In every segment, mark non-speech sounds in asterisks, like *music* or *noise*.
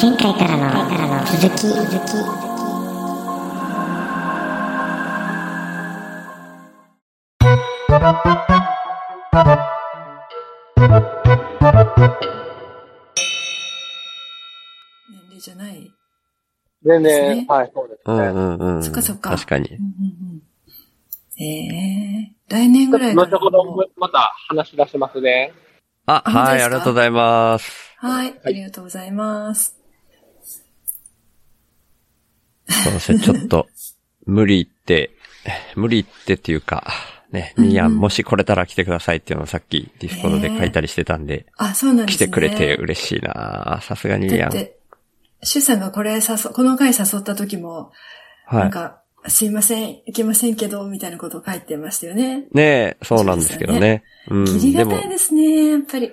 前回からの続き続き年齢じゃない。全です然ね、はい、そうですうんね。うんうん。そっかそっか確かにうん。うんうん、ええ来年ぐらいから後ほどまた話し出しますね。あ、あ本当はですい、かありがとうございます。はい、ありがとうございます。そうですね、ちょっと、無理言って、無理言ってっていうか、ね、ミヤン、うんもし来れたら来てくださいっていうのをさっきディスコードで書いたりしてたんで、あ、そうなんです来ね。てくれて嬉しいなさすがにミだヤっン。て、シュさんがこれ誘、この回誘った時も、はなんい。か、すいません、いけませんけど、みたいなことを書いてましたよね。ねえ、そうなんですけどね。うん。切りでがもたい、ですね、やっぱり。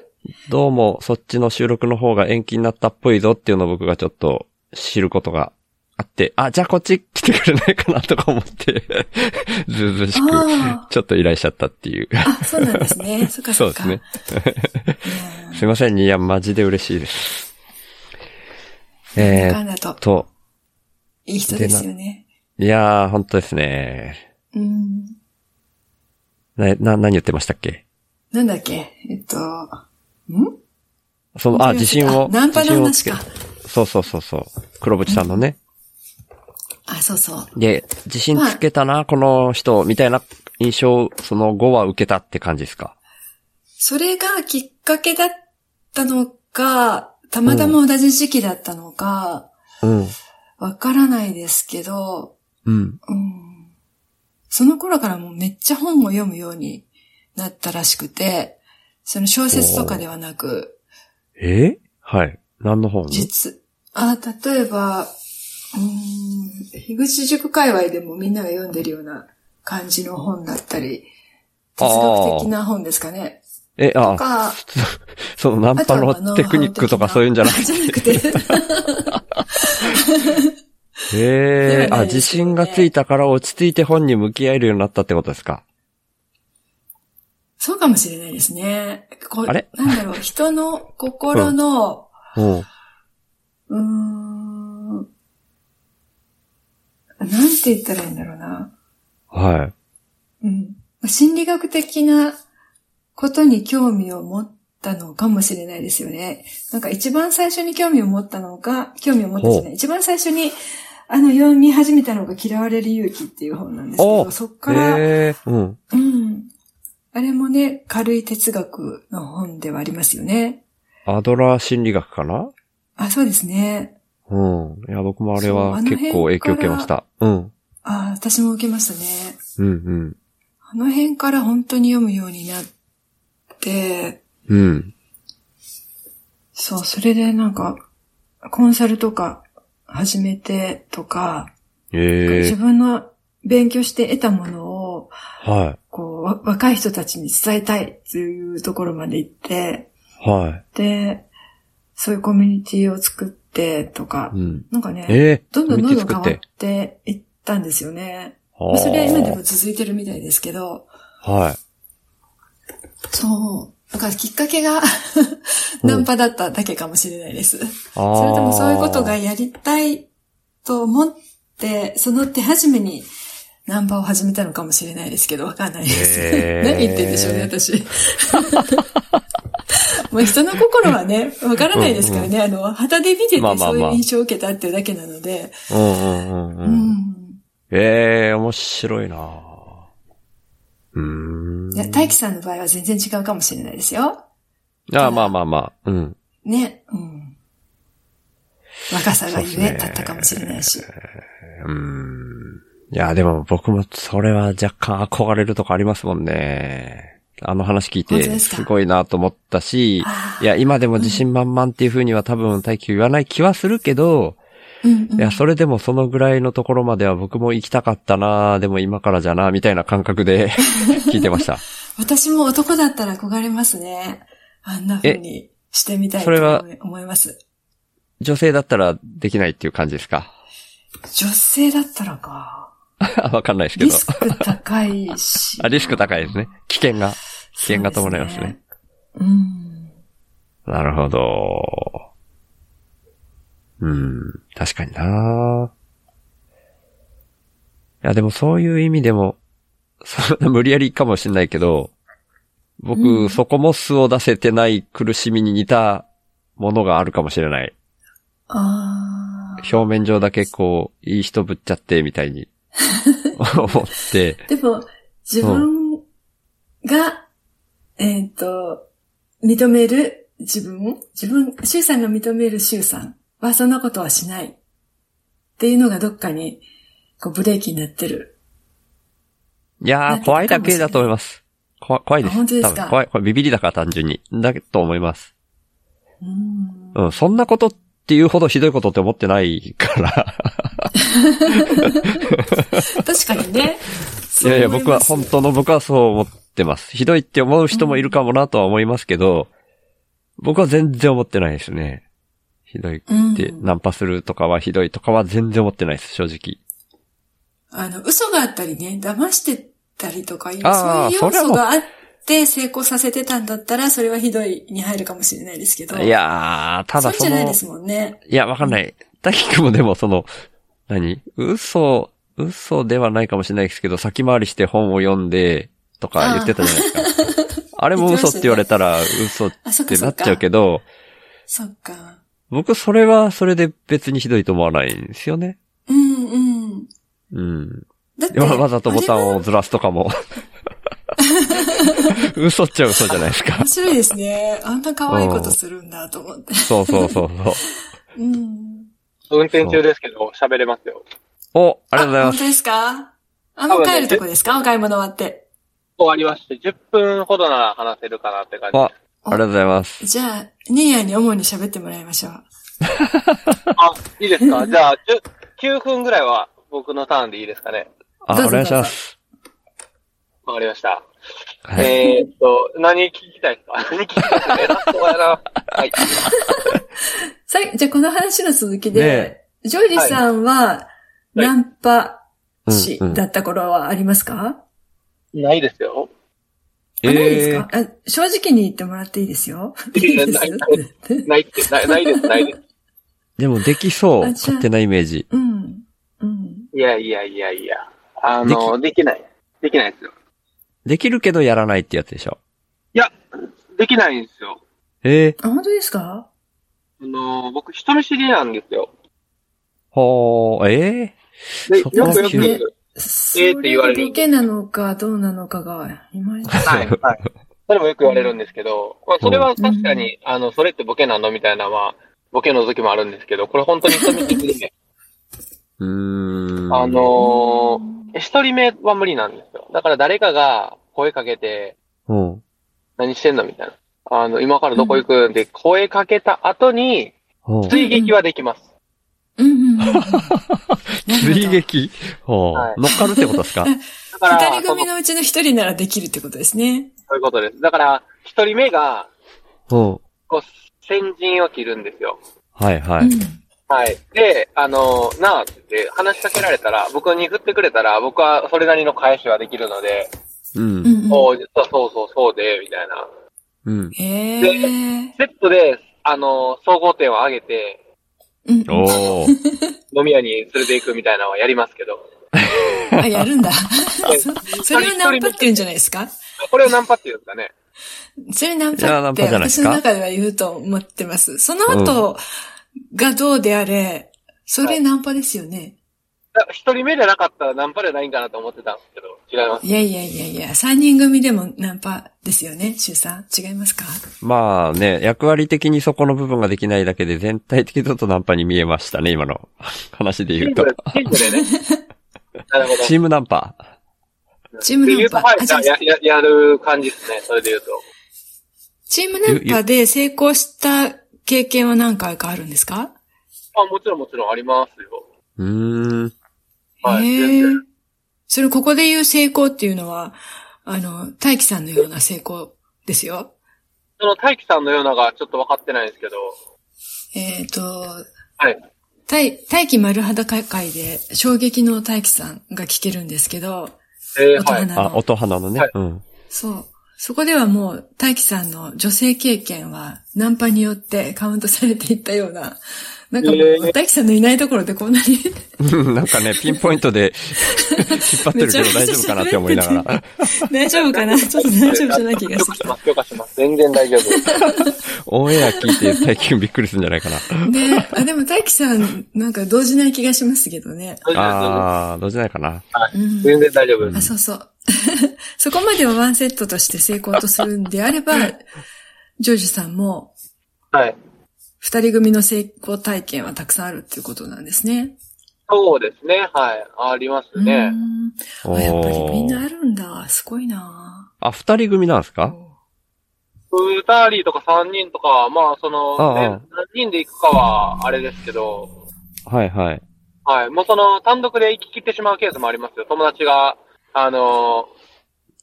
どうもそっちの収録の方が延期になったっぽいぞっていうのを僕がちょっと知ることがあって、あ、じゃあこっち来てくれないかなとか思って、 *laughs* ずうずうしく、あちょっと依頼しちゃったっていう。あ、あ、そうなんです *laughs* ね。そっかそそうっでか。すね。いやーすいません、いや、マジで嬉しいです。なんえだかー、っんだと、と、いい人ですよね。いやー、本当ですね。うん。な、な、何言ってましたっけなんだっけえっと、んその、あ、自信を、ナンパの話自信をかつ。けそうそうそうそう。黒渕さんのね。あ、そうそう。で、自信つけたな、この人、みたいな印象を、その後は受けたって感じですか。それがきっかけだったのか、たまたま同じ時期だったのか、うん。わからないですけど、うん。うん、その頃からもうめっちゃ本を読むようになったらしくて、その小説とかではなく、えはい。何の本実、あ、例えば、うん、樋口塾界隈でもみんなが読んでるような感じの本だったり、哲学的な本ですかね。え、あ、か、そのナンパあとはのテクニックとかそういうんじゃなくじゃなくて。て。へえではあ、ないですけどね自信がついたから落ち着いて本に向き合えるようになったってことですか。そうかもしれないですね。こあれなんだろう、人の心の、 *laughs* うん。うーん、なんて言ったらいいんだろうな。はい。うん。心理学的なことに興味を持ったのかもしれないですよね。なんか一番最初に興味を持ったのが、興味を持ったじゃない。一番最初に、あの、読み始めたのが嫌われる勇気っていう本なんですけおど、そっから、へえうん。うん。あれもね、軽い哲学の本ではありますよね。アドラー心理学かなあ、そうですね。うん。いや、僕もあれはそうあの結構影辺か響ら受けました。うん。あ、私も受けましたね。うんうん。あの辺から本当に読むようになって、うん。そう、それでなんか、コンサルとか始めてとか、ええ自分の勉強して得たものを、はこう、わ若い人たちに伝えたいというところまで行って、い。はで、そういうコミュニティを作ってとかい。う、ん。なんかね、ええどんどんどんどん変わコミュニティ作っってていったんですよね。あまあそれは今でーも続いてるみたいですけど、はい。そう。だからきっかけがナンパだっただけかもしれないです。あそーれともそういうことがやりたいと思って、その手始めにナンパを始めたのかもしれないですけど、わかんないです。へー *laughs* 何言ってんでしょうね、私。 *laughs* もう人の心はね、わからないですからね、あの、旗で見ててまあまあそまあういう印象を受けたっていうだけなので、うんうんうんうん。うん。ええ面白いなぁうーんい。や、大輝さんの場合は全然違うかもしれないですよ。ああまあまあまあ。うん。ね。うん。若さがそうゆでえすねだったかもしれないし。うーん。いや、でも僕もそれは若干憧れるとこありますもんね。あの話聞い本当て、ですかすごいなと思ったし、あいや、今でも自信満々っていう風には多分大輝言わない気はするけど、ーうんうんいや、それでもそのぐらいのところまでは僕も行きたかったなぁでも今からじゃなぁみたいな感覚で *laughs* 聞いてました。私も男だったら憧れますね。あんな風にしてみたいとそれは思い思います。女性だったらできないっていう感じですか *laughs* 女性だったらか。わかんないですけリど。スク高いし *laughs* 。あ、リスク高いですね。危険が。危険が伴いますそうでね。すね。うん。なるほど。うん。確かにないや、でもそういう意味でも、そんな無理やりかもしれないけど、僕、うんそこも素を出せてない苦しみに似たものがあるかもしれない。ああ。表面上だけこう、いい人ぶっちゃって、みたいに、思って、でも、自分が、えっ、と、認める自分、自分、周さんが認める周さんはそんなことはしない。っていうのがどっかに、こう、ブレーキになってる。いやー、怖いだけだと思います。怖怖いです。あ本当ですか多分怖い。これビビりだから単純に。だと思います。うーん。うん、そんなことっていうほどひどいことって思ってな *laughs* いから。確かにね。 *laughs* いやいや、そう思僕は、ます本当の僕はそう思ってます。ひどいって思う人もいるかもなとは思いますけど、僕は全然思ってないですね。ひどいっうんて、ナンパするとかはひどいとかは全然思ってないです、正直。あの、嘘があったりね、騙してたりとかいう、あそうーいうそ要れはも素うがあって成功させてたんだったら、それはひどいに入るかもしれないですけど。い、やー、たそだうそじゃないので、すもんね。いや、わかんない。滝くんもでもその、何嘘、嘘ではないかもしれないですけど、先回りして本を読んで、とか言ってたじゃないですか。あれも嘘って言われたら、嘘っあ、そっかてそなっっか。ちゃうけど、そっか。僕それはそれで別にひどいと思わないんですよね。うんうん。うん。だって、 *laughs* わわざとボタあれンはをずらすとかも。嘘っちゃ嘘じゃないですか面。白いですね。あんな可愛いことするんだと思 *laughs* って。そうそうそうそう。うん。運転中ですけど、喋れますよ。お、ありがとうございま本す。当ですかあ、もう帰るとこですかお買い物終わって。終わりまして、10分ほどなら話せるかなって感じ。あ、ありがとうございます。じゃあ、ニーヤに主に喋ってもらいましょう。あ、いいですかじゃあ、10 9分ぐらいは僕のターンでいいですかね。あ、どうおぞ願いします。わかりました。はい。えーっと、何聞きたいですか何聞きたいですか偉そうやな。はい。さい、じゃあこの話の続きねで、ジョージさんは、いナンパ師うんうんだった頃はありますか、ないですよ。あないですえーか、あ正直に言ってもらっていいですよ。いやです *laughs* ないよないって、ないないです、ないです。でもできそう。あじゃあ勝手なイメージ。うん。うん。いやいやいやいや。あの、できない。できないですよ。できるけどやらないってやつでしょ。いや、できないんですよ。ええあ、本当ですかあの、僕、人見知りなんですよ。ほー、ええで、そよこはくよ急にく。そえれーって言われがるボケなのかどうなのかが、いまいち。はい、はい。それもよく言われるんですけど、まあ、それは確かに、あの、それってボケなのみたいなのは、ボケの時もあるんですけど、これ本当に人見知りで、 *laughs* うーん。あのー、一人目は無理なんですよ。だから誰かが声かけて、うん。何してんのみたいな。あの、今からどこ行くんで、声かけた後に、うん。追撃はできます。うんうんうんうん。 *laughs* 追撃ほう、はい乗っかるってことですかだか二ら、人組のうちの一人ならできるってことですね。そういうことです。だから、一人目が、うん。こう、先陣を切るんですよ。はいはい。はい。で、あの、なあって言って話しかけられたら、僕に振ってくれたら、僕はそれなりの返しはできるので、うん。うん。うんおうう実はそうそうそうで、みたいな。うん。ん。ええ。セットで、あの、総合点を上げて、うんうん。おー。飲み屋に連れて行くみたいなのはやります *laughs* けど、あ、やるん *laughs* だ。いそそれをナンパって言うんじゃないですかこれをナンパって言うんですかね。それナンいやナパっンパてじゃないです私かの中では言うと思ってます。その後がどうであれ、それナンパですよね。だ一人目じゃなかったらナンパじゃないんかなと思ってたんですけど、違います。いやいやいやいや、三人組でもナンパですよね、周さん。違いますかまあね、役割的にそこの部分ができないだけで全体的にちょっとナンパに見えましたね、今の話でチ言ーうムとで。、チームでね。 *laughs* なるほど。チームナンパ。チームナンパっていうとはい、じゃあや、ややる感じですね、それで言うと。チームナンパで成功した経験は何回かあるんですかあ、もちろんもちろんありますよ。うーん。はいへえ全然。それここで言う成功っていうのは、あの、大輝さんのような成功ですよ。その大輝さんのようなのがちょっと分かってないんですけど、えっ、と、はい。大、大気丸裸会で衝撃の大輝さんが聞けるんですけど、大えー、は人い。なの。あ、音花のねはい。うん。そう。そこではもう、大輝さんの女性経験は、ナンパによってカウントされていったような、なんかもう、えー大輝さんのいないところでこんなに *laughs* うん *laughs* なんかね、ピンポイントで *laughs* 引っ張ってるけど大丈夫かなって思いながら、大丈夫かなちょっと大丈夫じゃない気がしてき許可しまた。す、許可します。全然大丈 *laughs* 夫。オンエア聞いて大輝くんびっくりするんじゃないかな。ね *laughs* あ、でも大輝さん、なんか動じない気がしますけどね。あー、どうじゃないかな。うん。全然大丈夫です。あ、そうそう。 *laughs* そこまではワンセットとして成功とするんであれば、ジョージさんもはい。二人組の成功体験はたくさんあるっていうことなんですね。そうですね、はい。ありますね。うんあやっぱりみんなおーあるんだ。すごいなあ、二人組なんですか二人とか三人とか、まあ、その、ああね、何人で行くかは、あれですけど、はいはい。はい。もうその、単独で行き切ってしまうケースもありますよ。友達が、あのー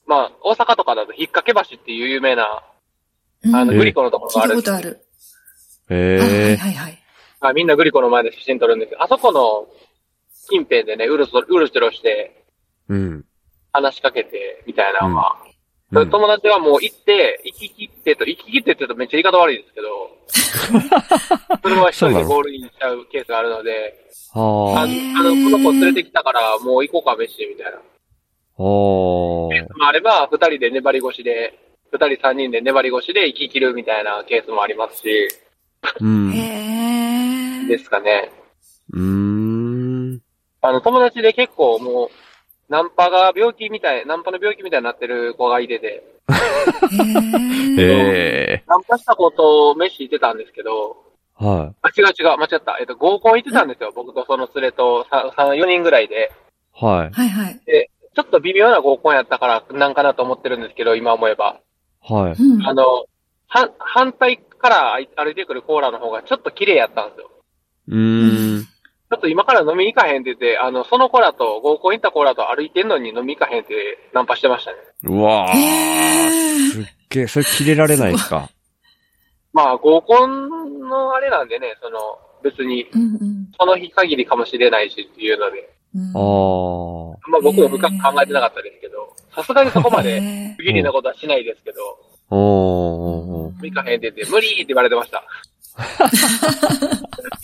まあ、大阪とかだと、引っ掛け橋っていう有名な、うんあの、えグリコのところが聞あいたるんこですとある。あはえいはいはい。あみんなグリコの前で写真撮るんですけど、あそこの近辺でね、うるそ、うるちょろして、ー。うん。話しかけて、みたいなのが、うんうん友達はもう行って、行き切ってと、行き切ってって言うとめっちゃ言い方悪いですけど、 *laughs* それは一人でゴールインしちゃうケースがあるので、あはへーあの、この子連れてきたから、もう行こうか、飯、みたいな。あ。おケーー。スもあれば、二人で粘り腰で、二人三人で粘り腰で行き切るみたいなケースもありますし、うん。うへでー。すかね。ーん。あの、友達で結構もう、ナンパが病気みたい、ナンパの病気みたいになってる子がいてて、へーえナンパした子と飯行ってたんですけど、ー。はあ、違う違う、間違った。えっと、合コン行ってたんですよ。僕とその連れと3、3 4人ぐらいで。い。はい。はいはい。ちょっと微妙な合コンやったから、なんかなと思ってるんですけど、今思えば。はい。うん。あの、反、反対から歩いてくるコーラの方がちょっと綺麗やったんですよ。うーん。ちょっと今から飲みに行かへんって言って、あの、その子らと、合コン行った子らと歩いてんのに飲み行かへんってナンパしてましたね。うわー。へーすっげえ、それ切れられないですかまあ、合コンのあれなんでね、その、別に、うんうんその日限りかもしれないしっていうので、うん。あー。あんま僕も深く考えてなかったですけど、さすがにそこまで、へ不義理なことはしないですけど、おー。見かへんでて、無理って言われてました。 *laughs*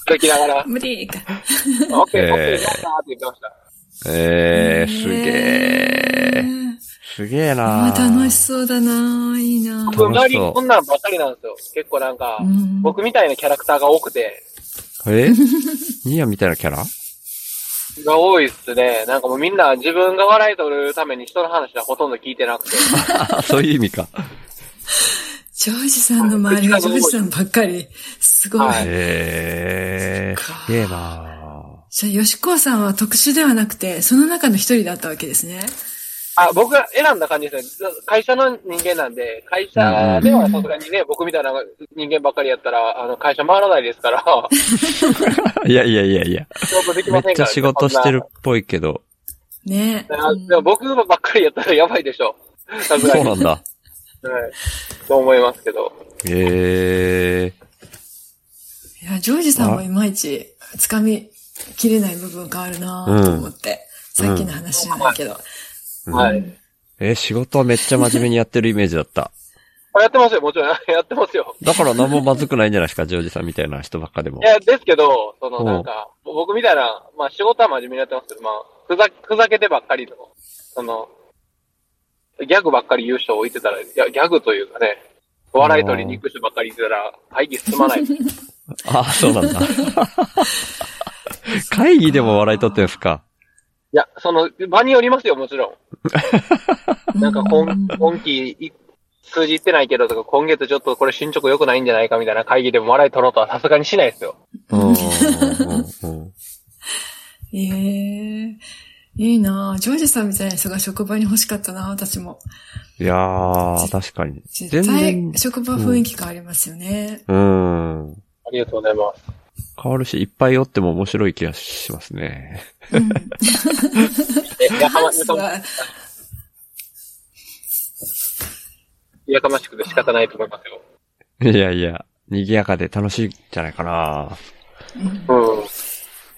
書きながら、オー。無理か。ッケー、オッケー、やえーったーって言ってました。ええー、すげへえ。ーすげえなまあ楽しそそうだないいな僕、楽し周りそうにこんなんばっかりなんですよ。結構なんかう、ん僕みたいなキャラクターが多くて、う。えニアみたいなキャラが多いっすね。なんかもうみんな自分が笑い取るために人の話はほとんど聞いてなくて。あ、そういう意味か。ジョージさんの周りはジョージさんばっかり。すごい。はいええー、すげえなじゃあ、吉川さんは特殊ではなくて、その中の一人だったわけですね。あ、僕が選んだ感じですね。会社の人間なんで、会社ではさすがにね、僕みたいな人間ばっかりやったら、あの、会社回らないです *laughs* から、いやいやいやいや。仕事できめまっせんから、ちゃ仕事してるっぽいけど。ねそんな。あでも僕ばっかりやったら *laughs* やばいでしょ。さすがそうに。なはい。んだ。と思いますけど。ええいや、ジョージさんもいまいち、つかみきれない部分があるなと思って、うんさっきの話じゃないけど。ー。。はいい。えー仕事はめっちゃ真面目にやってるイメージだった。あやってますよ、もちろん。 *laughs* やってますよ。だから何もまずくないんじゃないですか、ジョージさんみたいな人ばっかでもい。や、ですけど、その、うんなんか、僕みたいな、まあ仕事は真面目にやってますけど、まあ、ふざ、ふざけてばっかりの、その、ギャグばっかり言う人を置いてたら、いやギャグというかね、お笑い取りに行く人ばっかりいてたら、会議進まない。ああ、そうなんだ。会議でも笑い取ってるんですか。いや、その、場によりますよ、もちろん。なんかう今、今期い、数字いってないけどとか、今月ちょっとこれ進捗良くないんじゃないかみたいな会議でも笑い取ろうとはさすがにしないですよ。うんうんうんうんええいいなジョージさんみたいな人が職場に欲しかったな私も。いやー、確かに。絶全対、然、職場雰囲気変わりますよね。うん。ありがとうございます。変わるし、いっぱい酔っても面白い気がしますね。うん。え、やかハまウしスく、は、やかましくて仕方ないと思いますよ。いやいや、賑やかで楽しいんじゃないかな。うんうん。 *laughs*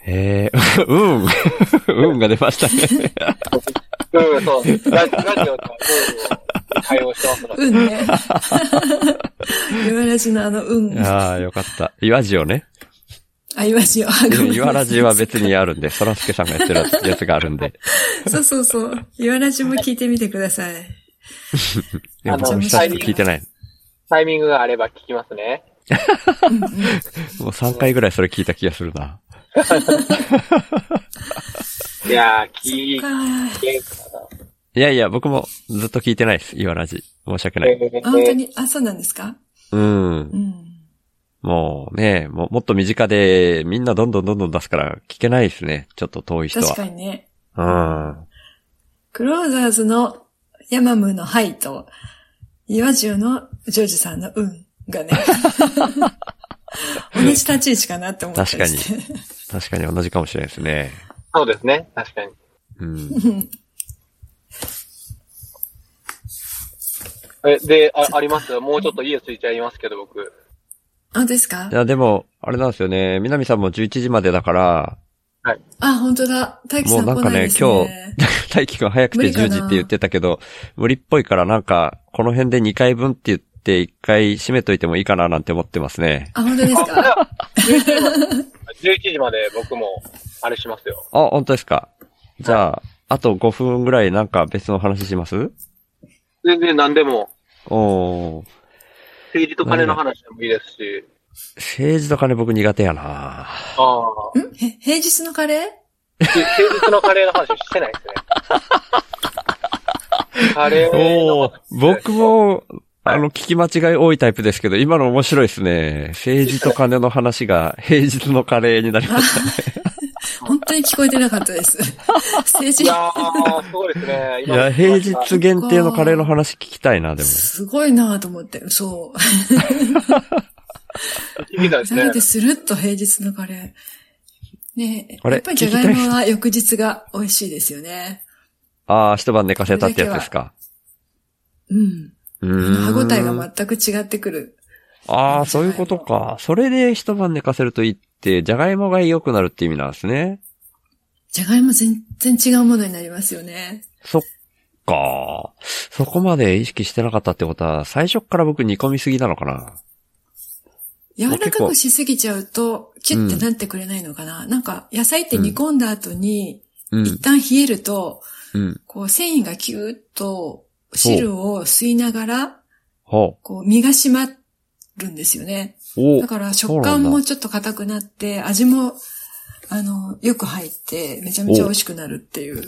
えー、うん、うんが出ましたね。うん、そう。ラジラジオとかルールを対応してますので。運ね。 *laughs* 岩ラジのあの運。 *laughs* あ *laughs* あ、よかった。岩ジオね。あ、岩ラジオ。あごめんなさい岩ラジは別にあるんで、そらすけさんがやってるやつがあるんで。 *laughs* そうそうそう。岩ラジも聞いてみてください。でも僕も久しく聞いてない。タイミングがあれば聞きますね。うんうんもう3回ぐらいそれ聞いた気がするな。いやー、聞いかてるかな。いやいや、僕もずっと聞いてないです。岩ラジ。申し訳ない。えあ、本当に、あ、そうなんですかうんう。ん。もうね、もうもっと身近で、みんなどんどんどんどん出すから聞けないですね。ちょっと遠い人確かは。にね。うん。クローザーズのヤマムのハイと、岩中のジョージさんの運 *laughs* がね、同じ立ち位置かなって思ったりして。確かに同じかもしれないですね。そうですね、確かに。うん。うんえ、で、あ、ありますもうちょっと家ついちゃいますけど、僕。あ、本当ですかいや、でも、あれなんですよね。南さんも11時までだから、あ、本当だ。大輝さんも来うなんなかいねですね。 *laughs* 大輝くん早くて無理かな10時って言ってたけど、無理っぽいからなんか、この辺で2回分って言って1回閉めといてもいいかななんて思ってますね。あ、本当ですじゃかあ11時まで僕も、あれしますよ。あ、本当ですか。じゃあ、あと5分ぐらいなんか別の話します全然何でも、おー。政治と金の話でもいいですし。政治と金僕苦手やなああ。んへ平日のカレー平日のカレーの話してない *laughs* ですね。カレーおのー、僕も、あの、聞き間違い多いタイプですけど、今の面白いですね。政治と金の話が平日のカレーになりました。本当に聞こえてなかった *laughs* です。政い治、やー、すごいですね。いや、平日今限定のカレーの話聞きたいな、でも。すごいなぁと思って。そう。聞いたですなねの。で、スルッと平日のカレー。ねえ、あれやっぱりじゃがいもは翌日が美味しいですよね。ああ、一晩寝かせたってやつですか。うん。あうーのん。歯ごたえが全く違ってくる。ああ、そういうことか。それで一晩寝かせるといいって、じゃがいもが良くなるって意味なんですね。じゃがいも全然違うものになりますよね。そっか。そこまで意識してなかったってことは、最初っから僕煮込みすぎなのかな。柔らかくしすぎちゃうと、キュッてなってくれないのかな、なんか、野菜って煮込んだ後に、うん一、旦冷えると、うん。こう、繊維がキューッと、汁を吸いながら、ほこう、身が締まるんですよね。う。おだから食そう感なんもだちょっと硬くなって、味も、あの、よく入って、めちゃめちゃ美味しくなるっていう。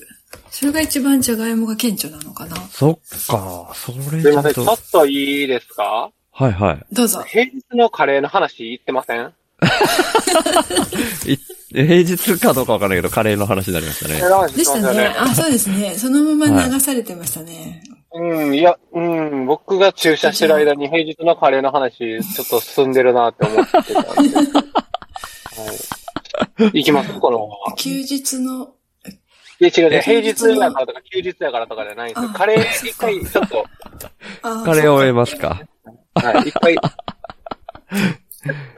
それが一番じゃがいもが顕著なのかな。そっか。そすれちいょませっん、ちょと。っといいですかはいはい。どうぞ。平日のカレーの話言ってませんい平日かどうかわかんないけど、カレーの話になりましたね。でしたね。あ、そうですね。そのまま流されてましたね。うん、いや、うん、僕が駐車してる間に平日のカレーの話、ちょっと進んでるなって思ってたんで。はい。いきますこの。休日の、いや、違う違平う、平日日やからとか休日やからとかじゃないんですよ。あカレー一回、ちょっと、あカレーを終えますか。はい、一回、ち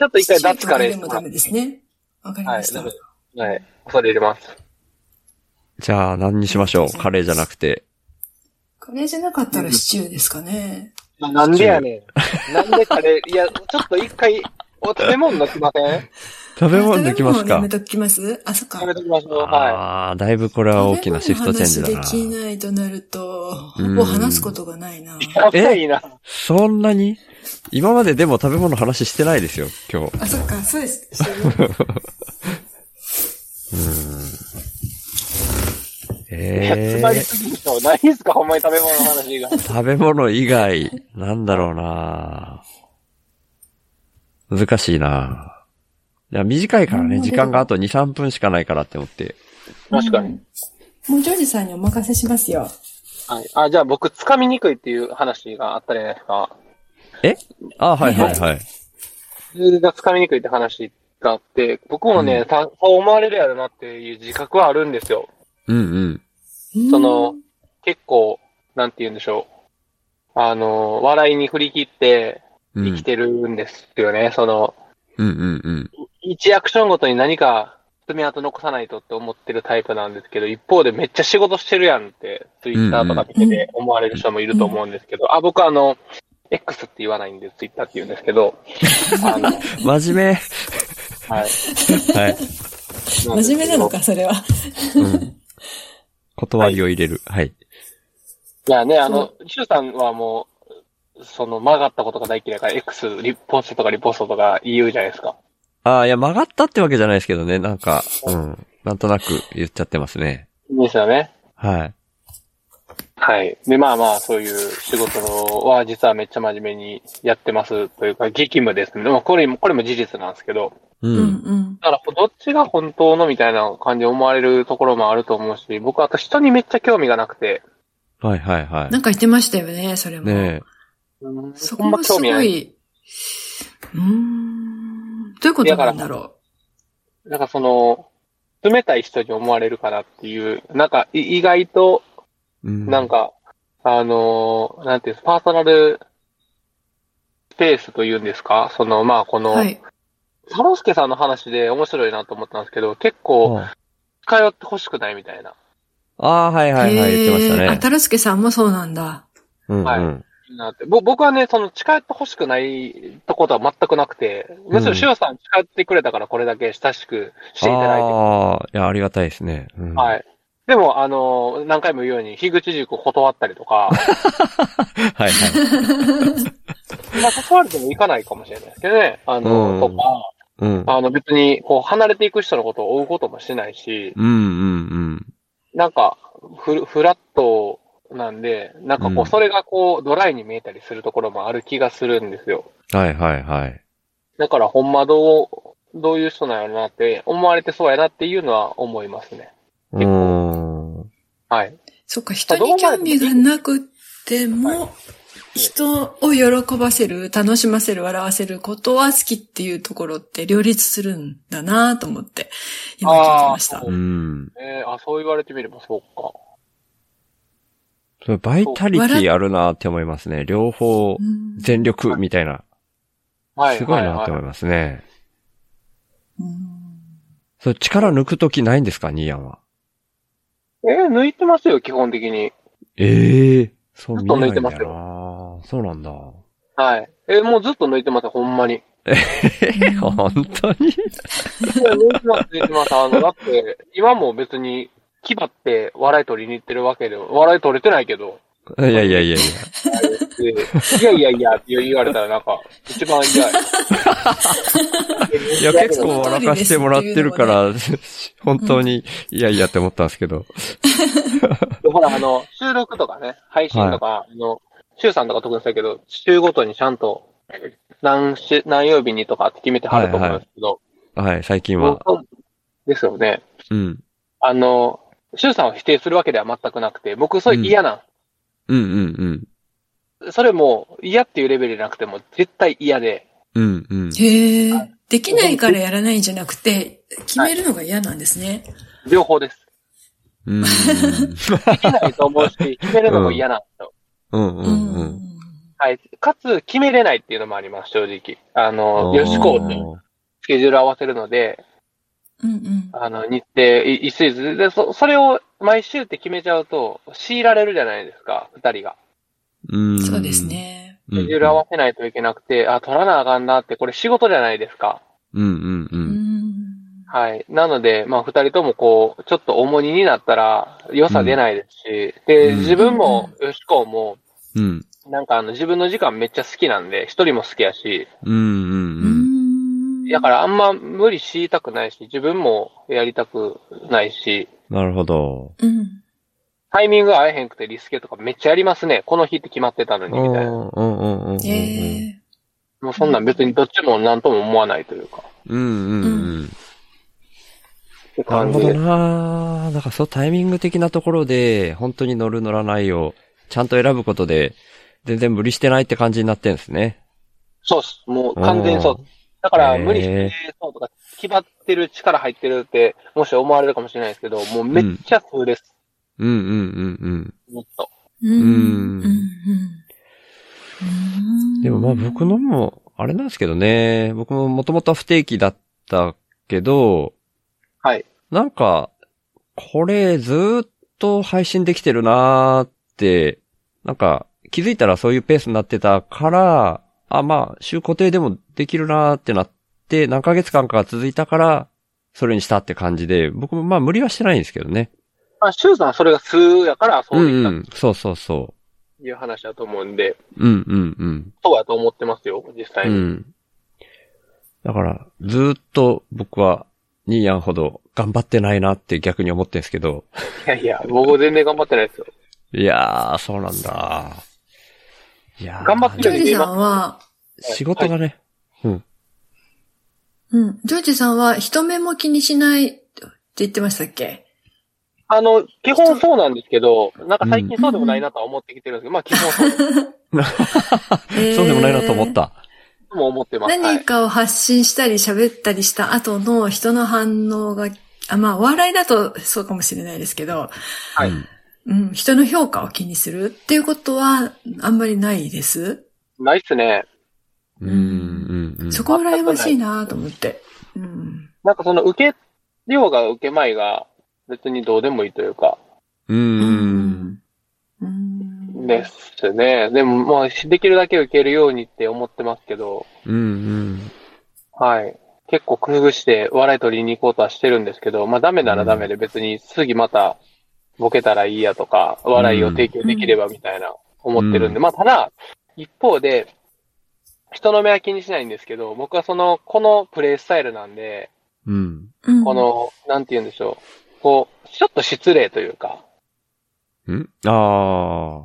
ょっと一回脱カレーでしてももらダっメですね。わかりましてた。はい、はい、それ入れます。じゃあ、何にしましょう。カレーじゃなくて。カレーじゃなかったらシチューですかね。なんでやねん。なんでカレー、いや、ちょっと一回、お食べ物抜きません食べ物でできますやかめときますあ、そっか食。べときましょう。はああ、だいぶこれは大きなシフトチェンジだ食べ物の話でな。きないとなると、ほぼ話すことがないな。い。あ、いいな。そんなに今まででも食べ物の話してないですよ、今日。あ、そっか、そうです。 *laughs* いや、え詰まりえすぎでしょ。ないですかほんまに食べ物の話が。食べ物以外、なんだろうな難しいないや、短いからね、時間があと2、3分しかないからって思って。確かに。もうジョージさんにお任せしますよ。はい。あ、じゃあ僕、掴みにくいっていう話があったじゃないですか。えあはいはいはい。ツールが掴みにくいって話があって、僕もね、さそう思われるやろなっていう自覚はあるんですよ。うんうん。その、結構、なんて言うんでしょう。あの、笑いに振り切ってう生んきてるんですよね。その、うんうんうん。一アクションごとに何か爪痕残さないとって思ってるタイプなんですけど、一方でめっちゃ仕事してるやんって、ツイッターとか見てて思われる人もいると思うんですけど、あ、僕あの、X って言わないんで、ツイッターって言うんですけど、あの、真面はい。目。はい。真面目なのか、それは。うん。断りを入れる。はい。いやね、あその、シュウさんはもう、その曲がったことが大嫌いから、X、リポストとかリポストとか言うじゃないですか。ああ、いや、曲がったってわけじゃないですけどね。なんか、うん。なんとなく言っちゃってますね。ですよね。はい。はい。で、まあまあ、そういう仕事は実はめっちゃ真面目にやってますというか、激務ですね。でもこれも、これも事実なんですけど、う。うんん、だからどっちが本当のみたいな感じで思われるところもあると思うし、僕はあと人にめっちゃ興味がなくて、はいはいうん。はなんか言ってましたよね、それい。も。ねそほこんまもす興味ごない。い、うーん、どういうことなんだろなんかその、冷たい人に思われるかなっていう、なんかい意外とえ。うんなんか、あのーなんていうんですパーソナルスペースというんですかその、まあ、こう。の、はい。サロスケさんの話で面白いなと思ったんですけど、結構、通ってほしくないみたいな。ああー、はいはいはい、言ってましたへーねあ、。たるすけさんもそうなんだ。うんはいうん。なってぼ僕はね、その、近寄ってほしくないとことは全くなくて、むしろ、しおさん近寄ってくれたからこれだけ親しくしていただいて、ああ、いや、ありがたいですね。うんは。い。でも、あのー何回も言うように、樋口塾を断ったりと *laughs* か、はいはい。まあ、断るでも行かないかもしれないですけどね、あのーうんとか、 *laughs* うん。あの別に、こう、離れていく人のことを追うこともしないし、うんうんうん。なんかフル、フラットなんで、なんかうこんう、それがこう、ドライに見えたりするところもある気がするんですよ。はいはいはい。だから、ほんまどう、どういう人なんやろなって、思われてそうやなっていうのは思いますね。うーん。はい。そっか、人に興味がなくても、人を喜ばせる、楽しませる、笑わせることは好きっていうところって両立するんだなと思って、今聞いてましたあー。うん。えーあ、そう言われてみればそうか。それバイタリティあるなって思いますね。両方、うん全力みたいな。はい。すごいなはっいては思いますね。うんそれ力抜くときないんですかニーヤンは。いえー抜いてますよ、基本的に。ええそう見えないんずだっと抜いてよなそうなんだ。はい。えーもうずっと抜いてますよ、ほんまに。え、本当にいや抜いてます、抜いてます。あの、だって、今も別に、牙って笑い取りに行ってるわけでも、笑い取れてないけど、いやいやいやいや。でいやいやいやって言われたらなんか、一番嫌 *laughs* や。いや、結構笑かしてもらってるから、 *laughs* 本当に、いやいやって思ったんですけど。ほら、あの、収録とかね、配信とか、あの、週3とか特にそうだけど、週ごとにちゃんと、何週、何曜日にとかって決めてはると思うんですけど、はい、最近は。僕ですよね。うん。あの、週さんを否定するわけでは全くなくて、僕、それ嫌な、うんうんうん。ん、それも嫌っていうレベルじゃなくても、絶対嫌で、うんうん。へえ、できないからやらないんじゃなくて、決めるのが嫌なんですね。両方です。 *laughs* うんできないと思うし、決めるのも嫌なんですよ。うんううんうんん。はい。かつ、決めれないっていうのもあります、正直。あの、よよしこうとスケジュール合わせるので、うんうん。あの、日程、い一シーズンで、そ、それを毎週って決めちゃうと、強いられるじゃないですか、二人が。うん。そうですね。うスん。ケジュール合わせないといけなくて、あ、取らなあかんなって、これ仕事じゃないですか。うんうんう。うんん。はい。なので、まあ、二人ともこう、ちょっと重荷になったら、良さ出ないですし、で、うん自分も、よしこうも、うん。なんかあの、自分の時間めっちゃ好きなんで、一人も好きやし、ううんうんん。だからあんま無理しいたくないし、自分もやりたくないし、なるほど。うん。タイミングが合えへんくてリスケとかめっちゃやりますね。この日って決まってたのうに、みたいな。んうんうんうん。ええ。もうそんなん別にどっちも何とも思わないというか、うんうんうん。ってな感るほじどで。なだからそうタイミング的なところで、本当に乗る乗らないを、ちゃんと選ぶことで、全然無理してないって感じになってんですね。そうっす。もう完全にそうう。だからへー無理してそうとか、決まってる力入ってるって、もし思われるかもしれないですけど、もうめっちゃ普通です。うんうんうんうん。もっと。うんん。うん。でもまあ僕のも、あれなんですけどね、僕ももともと不定期だったけど、はい。なんか、これずーっと配信できてるなーって、なんか気づいたらそういうペースになってたから、あ、まあ、週固定でもできるなーってなって、何ヶ月間か続いたから、それにしたって感じで、僕もまあ無理はしてないんですけどね。まあ、シュウさんはそれが数やからそううんできたうっん、そうそうそていう話だと思うんで、う。うんうんうん。そうやと思ってますよ、実際うに。ん。だから、ずーっと僕は、ニーヤンほど頑張ってないなって逆に思ってんですけど。いやいや、僕全然頑張ってないですよ。いやー、そうなんだ。いやー頑張っジてョるージさんは、仕事がね、うん、ジョージさんは人目も気にしないって言ってましたっけあの、基本そうなんですけど、なんか最近そうでもないなとは思ってきてるんですけど、まあ基本そうだそうでもないなと思っ。えーた。とも思ってます。は何い。かを発信したり喋ったりした後の人の反応が、あまあ、お笑いだとそうかもしれないですけど、はいうんうん、人の評価を気にするっていうことはあんまりないです。ないっすね。うん、うん、うん。そこは羨ましいなと思って。うん。なんかその受け、量が受けまいが別にどうでもいいというか、うーん。うんですね。でも、まあ、できるだけ受けるようにって思ってますけど、うん、うん。はい。結構工夫して笑い取りに行こうとはしてるんですけど、まあダメならダメで別に次またボケたらいいやとか、笑いを提供できればみたいな思ってるんで、うまあただ、一方で、人の目は気にしないんですけど、僕はその、このプレイスタイルなんで、うん。うんこの、なんて言うんでしょう、こう、ちょっと失礼というか、うんあ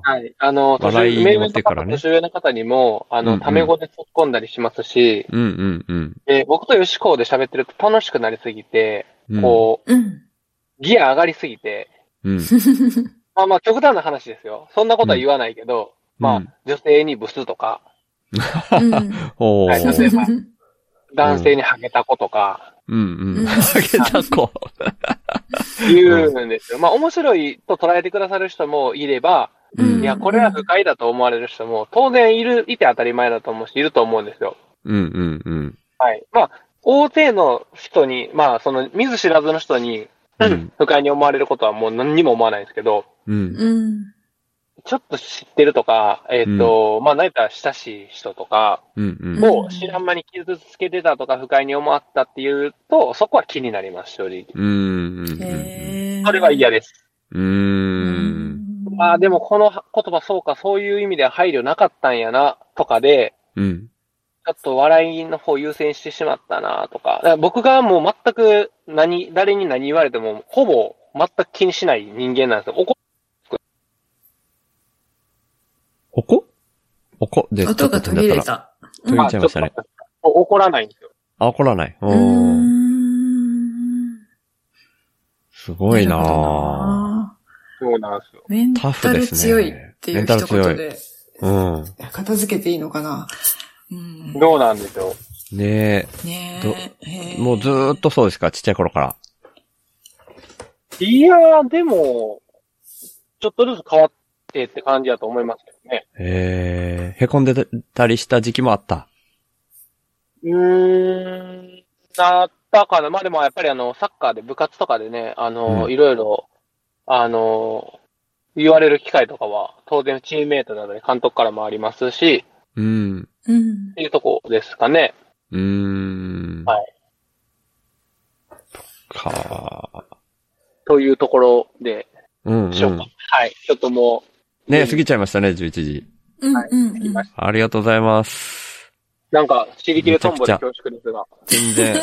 ー。はい。あの、年笑い上に名持名っのて方からね年上の方にも、あうんうの、んタメ語で突っ込んだりしますし、うん、うん、うんで僕と吉高で喋ってると楽しくなりすぎて、うん。こう、うん。ギア上がりすぎて、 *laughs* うん、まあまあ極端な話ですよ。そんなことは言わないけど、まあ、女性にブスとか、うん。 *laughs* おはいー。男性にハゲタコとか、うん、う *laughs* うんん。ハゲタコ。言うんですよ。まあ面白いと捉えてくださる人もいれば、うんいや、これは不快だと思われる人も、当然いる、いて当たり前だと思うし、いると思うんですよ。うん、うん、うん。はい。まあ、大勢の人に、まあ、その、見ず知らずの人に、うん不快に思われることはもう何にも思わないんですけど、うん、うん。ちょっと知ってるとか、えっ、と、まあ、何か親しい人とかうん、うん。を知らん間に傷つけてたとか、不快に思ったっていうと、そこは気になります、正直。うん、うん。へーそれは嫌です。うーん。ああ、でもこの言葉、そうか、そういう意味では配慮なかったんやな、とかで、うん。ちょっと笑いの方優先してしまったなとか、だから僕がもう全く何、誰に何言われても、ほぼ全く気にしない人間なんですよ。怒おこおこで、音が途切れた。途切れちゃいましたね。お怒らないんですよ。あ、怒らない。おうー。ん。すごいなるほぁ。そうなんですよ。メンタタフでルすね強いっていう一言でうん。片付けていいのかな。うん、どうなんでしょねねどえへえ。え。もうずーっとそうですか、ちっちゃい頃から。う。いやー、でも、ちょっとずつ変わってって感じだと思いますけどね。えー、へこんでたりした時期もあった。うーん、なったかな。まあでもやっぱりあの、サッカーで部活とかでね、あの、うんいろいろ、あの、言われる機会とかは、当然チームメイトなどに監督からもありますし、うん。うんっ。ていうとこですかね。うーん。はいかぁ。というところでうん、うしょうか。ん。はい。ちょっともね過ぎちゃいましたね、11時。うん。うんう、いましたありがとうございます。なんか、知り切れトンボで恐縮ですが。全然、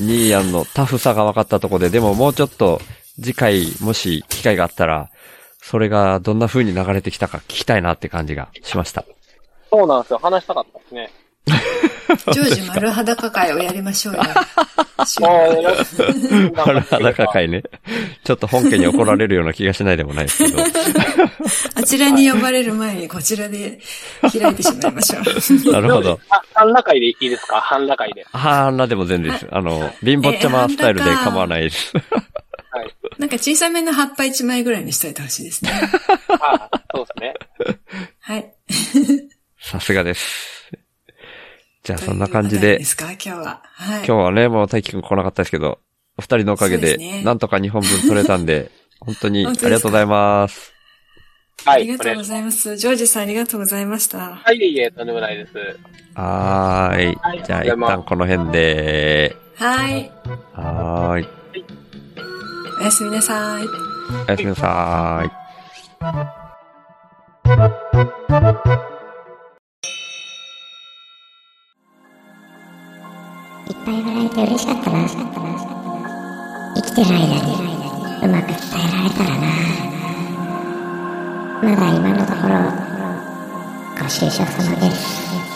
ニーヤンのタフさが分かったとこで、でももうちょっと、次回、もし機会があったら、それがどんな風に流れてきたか聞きたいなって感じがし *laughs* ました。そうなんですよ。話したかったですね。ジョージ丸裸会をやりましょう *laughs* よ。あーよろしく丸 *laughs* 裸会ね。ちょっと本家に怒られるような気がしないでもないですけど。あちらに呼ばれる前にこちらで開いてしまいましょう。 *laughs* なるほ *laughs* ど。。あ、半裸会でいいですか半裸会で。あんなでも全然です。あの、貧乏ちゃまスタイルで構わないです。はい。なんか小さめの葉っぱ1枚ぐらいにしといてほしいですね。あーそうですね。はい。さすがです。じゃあそんな感じでということなんで、すか今日は。はい。今日はね、もう大輝くん来なかったですけど、お二人のおかげそうでですね、なんとか2本分取れたんで、本当にあ本り当ですかがとうございます。はあい。りがとうございます。ジョージさんありがとうございました。はい、いえいえ、とんでもないです。はー。はいいじゃあ一旦この辺で、はい。はーい。おやすみなさい。おやすみなさーい。いっぱい笑えて嬉しかったな。生きてる間にうまく伝えられたらな。まだ今のところ、ご愁傷様です。